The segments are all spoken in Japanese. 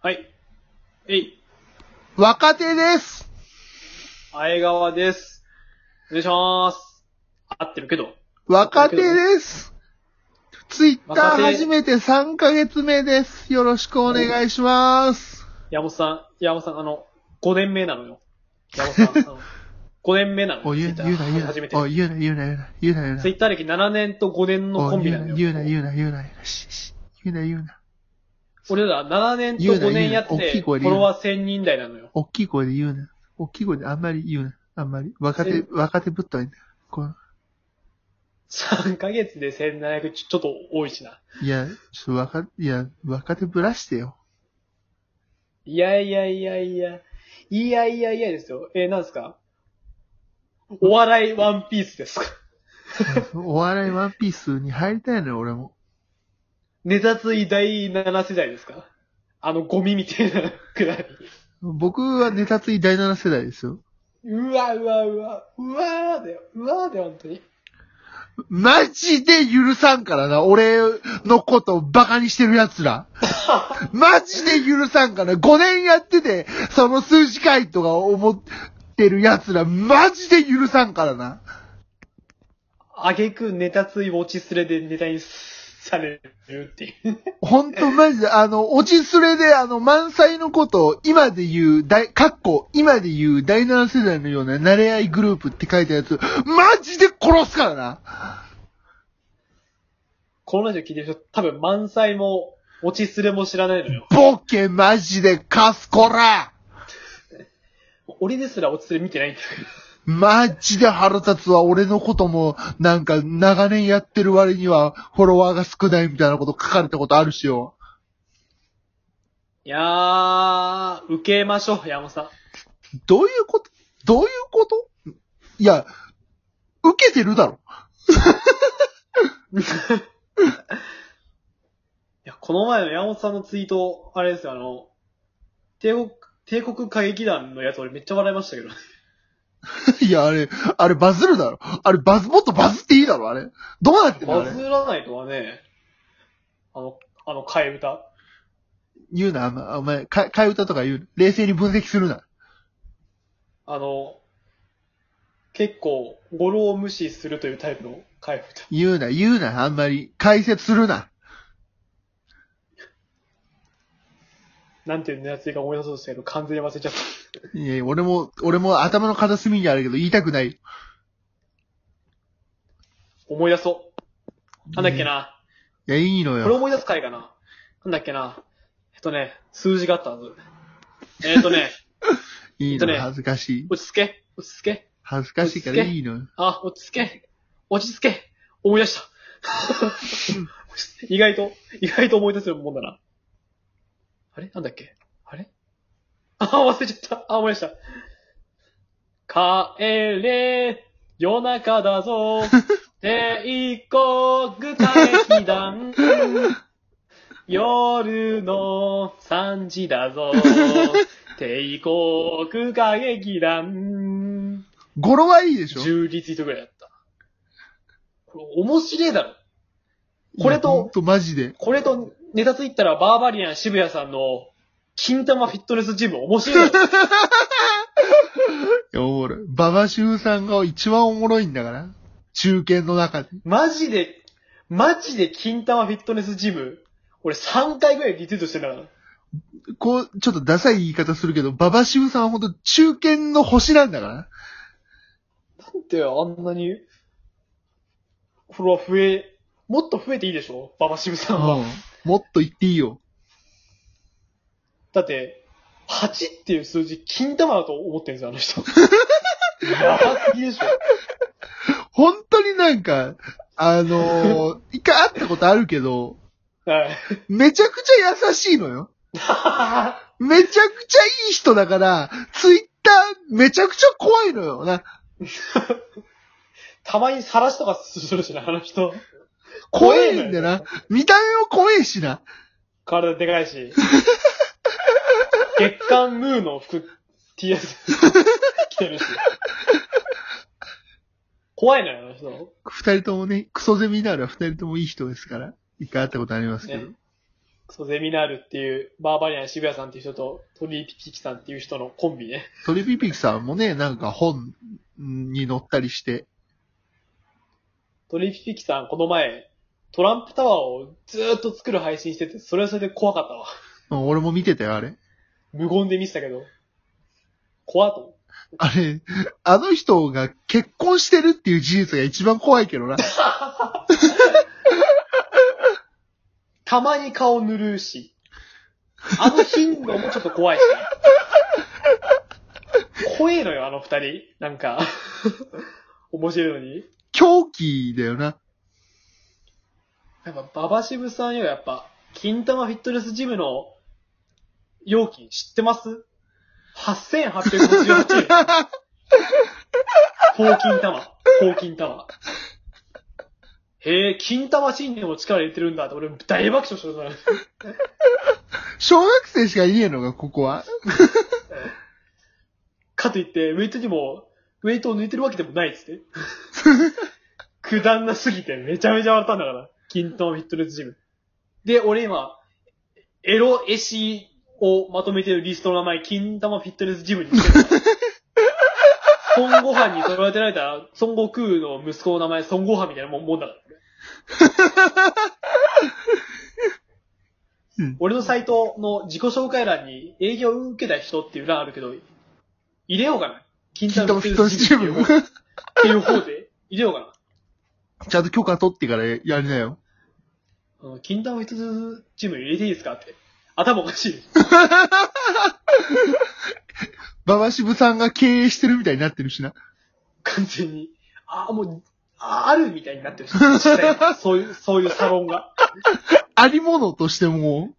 はい。えい、若手です。あえがわです。お願いします。合ってるけど。若手です。ツイッタ若ー手始めて3ヶ月目です。よろしくお願いします。山本さん、山本さん、あの、5年目なのよ。山本さん、あ の、5年目なのお、言うな、言うな、言うな。初めて。お、言うな、言うな、言うな、言うな、言うなツイ。ッター歴7年と5年のおコンビ言なうのな、よ。言うな、言うな、言うな、言うな。しし言うな、言うな。俺ら7年と5年やって、言うな言うな大きいフ声でォ言うロワー1000人台なのよ。大きい声で言うな。大きい声であんまり言うな。あんまり。若え手、若手ぶったいんだ。こう3ヶ月で1700ちょ、ちょっと多いしな。いや、ちょっと若、いや、若手ぶらしてよ。いやいやいやいや。いやいやいやですよ。えー、なんですかお笑いワンピースですかお笑いワンピースに入りたいのよ、俺も。ネタつい第7世代ですかあのゴミみたいなくらい。僕はネタつい第7世代ですよ。うわうわうわ、うわーだよ、うわーだよ、本当に。マジで許さんからな、俺のことをバカにしてる奴ら。マジで許さんから、5年やってて、その数字回とか思ってる奴ら、マジで許さんからな。あげくネタつい落ちすれでネタにされるっていう。ほんとマジで、あの、落ちすれで、あの、満載のことを、今で言う、大、かっこ、今で言う、第7世代のような、慣れ合いグループって書いたやつ、マジで殺すからな。このラジオ聞いてる人、多分満載も落ちすれも知らないのよ。ボケマジでカスコラ俺ですら落ちすれ見てないんだけど。マジで腹立つわ。俺のことも、なんか、長年やってる割には、フォロワーが少ないみたいなこと書かれたことあるしよ。いやー、受けましょう、山本さん。どういうことどういうこといや、受けてるだろ。 いや、この前の山本さんのツイート、あれですよ、あの、帝国、帝国歌劇団のやつ俺めっちゃ笑いましたけど。いや、あれ、あれバズるだろ。あれバズ、もっとバズっていいだろ、あれ。どうなってんのあバれズらないとはね、あの、あの、替え歌。言うな、あんまお前、か替え歌とか言う。冷静に分析するな。あの、結構、語呂を無視するというタイプの替え歌。言うな、言うな、あんまり。解説するな。なんていうのやつか思い出そうとしたけど、完全に忘れちゃった。いや、俺も、俺も頭の片隅にあるけど、言いたくない。思い出そう。なんだっけな。いや、いいのよ。これ思い出す回かな。なんだっけな。えっとね、数字があったはず。えっとね、いいえっとの、ね恥ずかしい。落ち着け、落ち着け、恥ずかしいからいいのよ。あ、落ち着け、落ち着け、思い出した。 意外と、意外と思い出せるもんだな。あれなんだっけあれあ、忘れちゃった。あ、思い出した。帰れ、夜中だ ぞ。帝国歌劇団。夜の3時だ ぞ。帝国歌劇団。語呂はいいでしょ10リツイートぐらいだった。これ面白いだろ。これほんと、とマジで。これとネタついたらバーバリアン渋谷さんの金玉フィットネスジム面白い だろ。いや、おもろい。馬場修さんが一番おもろいんだから。中堅の中で。マジで、マジで金玉フィットネスジム、俺3回ぐらいリツイートしてんだから。こう、ちょっとダサい言い方するけど、馬場修さんはほんと中堅の星なんだから。なんであんなに、フォロワー増え、もっと増えていいでしょババ渋さんは。うんもっと言っていいよ。だって、8っていう数字、金玉だと思ってるんですよ、あの 人。やばすぎでしょ。本当になんか、あ のー一回会ったことあるけど、はい。めちゃくちゃ優しいのよ。めちゃくちゃいい人だから、ツイッターめちゃくちゃ怖いのよな。たまに晒しとかするしな、あの人。怖いんだよな。見た目も怖いしな。体でかいし。月刊ムーの服、TS 着てるし。怖いのよ、あの人。二人ともね、クソゼミナールは二人ともいい人ですから、一回会ったことありますけど。ねそう、ゼミナールっていう、バーバリアン渋谷さんっていう人と、トビーピキキさんっていう人のコンビね。トリピピキさんもね、なんか本に載ったりして。トリピピキさん、この前、トランプタワーをずーっと作る配信してて、それはそれで怖かったわ。うん俺も見てたよ、あれ。無言で見てたけど。怖っと思って。あれ、あの人が結婚してるっていう事実が一番怖いけどな。たまに顔塗るし。あの頻度もちょっと怖いしね。怖えのよ、あの二人。なんか、面白いのに。狂気だよな。やっぱ、ババシブさんよ、やっぱ、金玉フィットネスジムの料金知ってます ?8858 円。高金玉。高金玉。へえ、金玉信念も力入れてるんだって、俺大爆笑してた。小学生しか言えんのが、ここは。かといって、ウェイトにも、ウェイトを抜いてるわけでもないっつって。くだんなすぎて、めちゃめちゃ笑ったんだから。金玉フィットネスジム。で、俺今、エロエシをまとめてるリストの名前、金玉フィットネスジムにしてる。孫悟飯に捉えてられた、孫悟空の息子の名前、孫悟飯みたいなもんもんだからうん。俺のサイトの自己紹介欄に営業を受けた人っていう欄あるけど、入れようかな。金金玉フ玉フィィットットネネススジチムーっていうム方。っていう方で入れようかな。ちゃんと許可取ってからやりなよ。あの、禁断を一つチーム入れていいですかって。頭おかしい。馬場渋さんが経営してるみたいになってるしな。完全に。ああ、もう、ああるみたいになってるし。実際そういう、そういうサロンが。ありものとしても、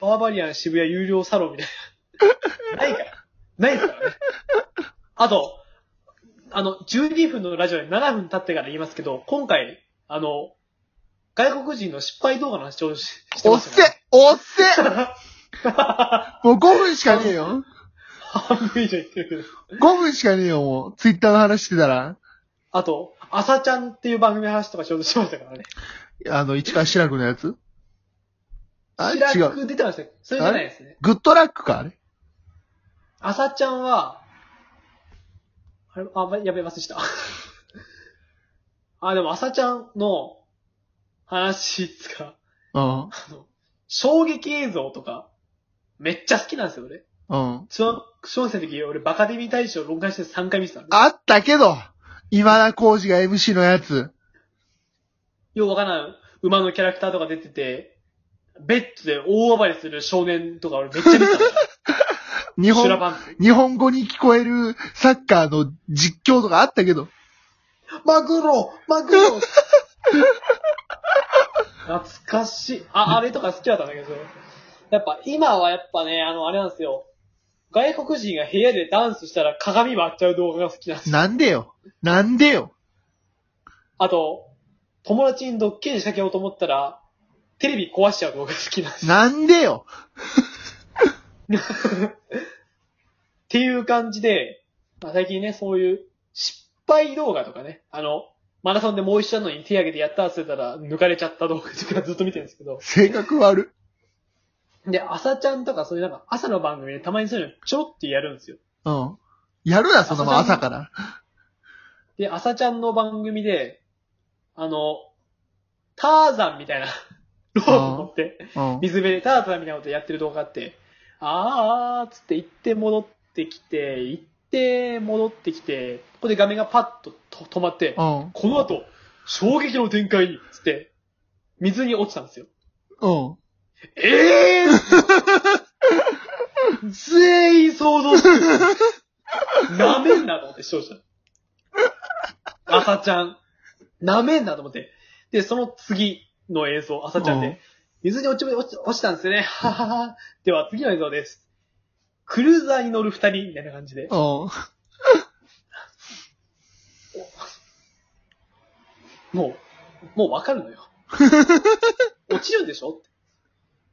バーバリアン渋谷有料サロンみたいな。ないから。ないですからね。あと、あの、12分のラジオで7分経ってから言いますけど、今回、あの、外国人の失敗動画の話をししておまっしせたね。おっせ もう5分しかねえよ。半分以上言ってるけど。 5分しかねえよ、もう。ツイッターの話してたら。あと、朝ちゃんっていう番組の話とかちょうどしてましたからね。あの、市川志らくのやつあ、白違う。く出てましたっけそれじゃないですね。グッドラックか、あれ。朝ちゃんは、あれ、あ、まやべ、忘れした。 あ、でも朝ちゃんの話ですか、うん。あの、衝撃映像とか、めっちゃ好きなんですよ、俺。うん。小学小学生の時、俺バカデミー大賞論回して3回見てたんで。あったけど、今田耕司が MC のやつ。ようわからん馬のキャラクターとか出てて、ベッドで大暴れする少年とか俺めっちゃ見てたんだよ。 日修羅本、パンツ。日本語に聞こえるサッカーの実況とかあったけど。マグロマグロ懐かしい。あ、あれとか好きだったんだけど、やっぱ今はやっぱね、あの、あれなんですよ。外国人が部屋でダンスしたら鏡割っちゃう動画が好きなんですよ。なんでよ。なんでよ。あと、友達にドッキリ仕掛けようと思ったら、テレビ壊しちゃう動画が好きなんですよ。なんでよ。っていう感じで、まあ、最近ね、そういう失敗動画とかね、あの、マラソンでもう一緒なのに手挙げてやったーって言ったら抜かれちゃった動画とかずっと見てるんですけど、性格悪で、朝ちゃんとかそういうなんか朝の番組でたまにそういうのちょろってやるんですよ。い。うん。やるな、そのまま朝朝ちゃから。で、朝ちゃんの番組で、あの、ターザンみたいな、 ロープ持って、うん。水辺でターザンみたいなことやってる動画があって、あーっつって行って戻ってきて、行って戻ってきて、ここで画面がパッとと止まって、うん。この後、衝撃の展開に、つって、水に落ちたんですよ。うん。ええー、全員想像してる。なめんなと思って、視聴者。朝ちゃん。なめんなと思って。で、その次の映像、朝ちゃんうでん。水に落ち、落ち、落ちたんですよね。ははは。では、次の映像です。クルーザーに乗る二人、みたいな感じで。うん。もう、もうわかるのよ。落ちるんでしょって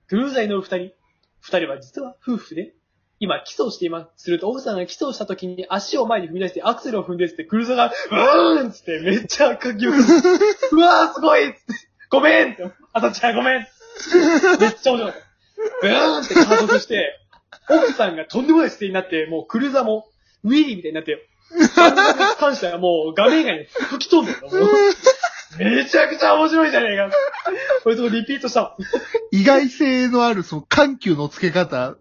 クルーザーに乗る二人。二人は実は夫婦で、今キスをしています。すると奥さんがキスをした時に足を前に踏み出してアクセルを踏んでっつってクルーザーが、うーんっつってめっちゃ赤きを。うわーすごいっつって、ごめんって、あたちゃんごめん。めっちゃ面白かった。ブーンって加速して、奥さんがとんでもない姿勢になって、もうクルーザーも、ウィリーみたいになって、感謝はもう画面以外に吹き飛んでた。もうめちゃくちゃ面白いじゃ ねえか。これとリピートした。意外性のある、その、緩急の付け方。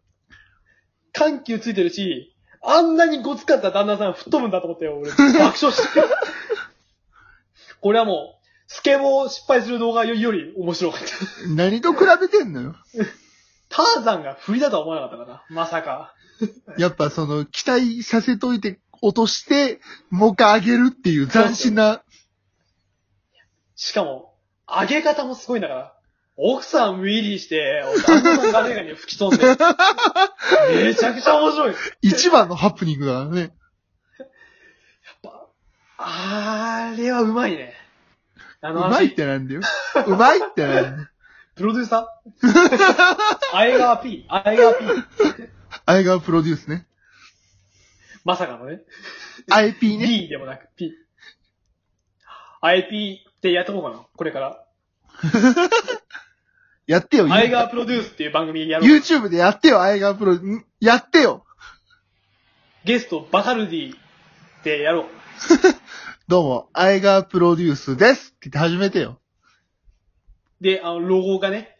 緩急ついてるし、あんなにごつかった旦那さん吹っ飛ぶんだと思ったよ、俺。爆笑して。これはもう、スケボー失敗する動画より面白かった。何と比べてんのよ。ターザンが振りだとは思わなかったかな。まさか。やっぱその、期待させといて、落として、もう一回上げるっていう斬新な、しかも、上げ方もすごいんだから。奥さんウィリーして、旦那さんがメガに吹き 飛んで。めちゃくちゃ面白い。一番のハプニングだからね。あれはうまいね。あうのまいっ話、てなんだよ。うまいってなんだよ。プロデューサーアイガー P、アイガー P。あれがプロデュースね。まさかのね。 IP ね。 D でもなく P。IP ってやっとこうかな、これから。やってよ、アイガープロデュースっていう番組やろう。 YouTube でやってよ、アイガープロ、んやってよ。ゲスト、バカルディでやろう。どうも、アイガープロデュースですって言って始めてよ。で、あの、ロゴがね、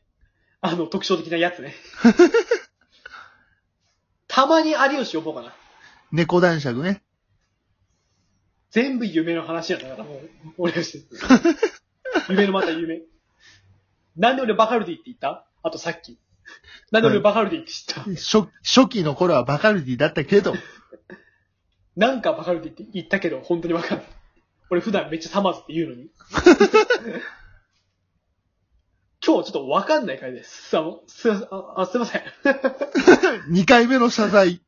あの、特徴的なやつね。たまに有吉呼ぼうかな。猫男爵ね。全部夢の話やったから、もう、俺がして。 夢のまた夢。なんで俺バカルディって言ったあとさっき。なんで俺バカルディって知った、初、初期の頃はバカルディだったけ ど、なんかバカルディって言ったけど、本当にわかんない。俺普段めっちゃサマーズって言うのに。今日ちょっとわかんない回です。あの、すいませんああすいません。 2回目の謝罪。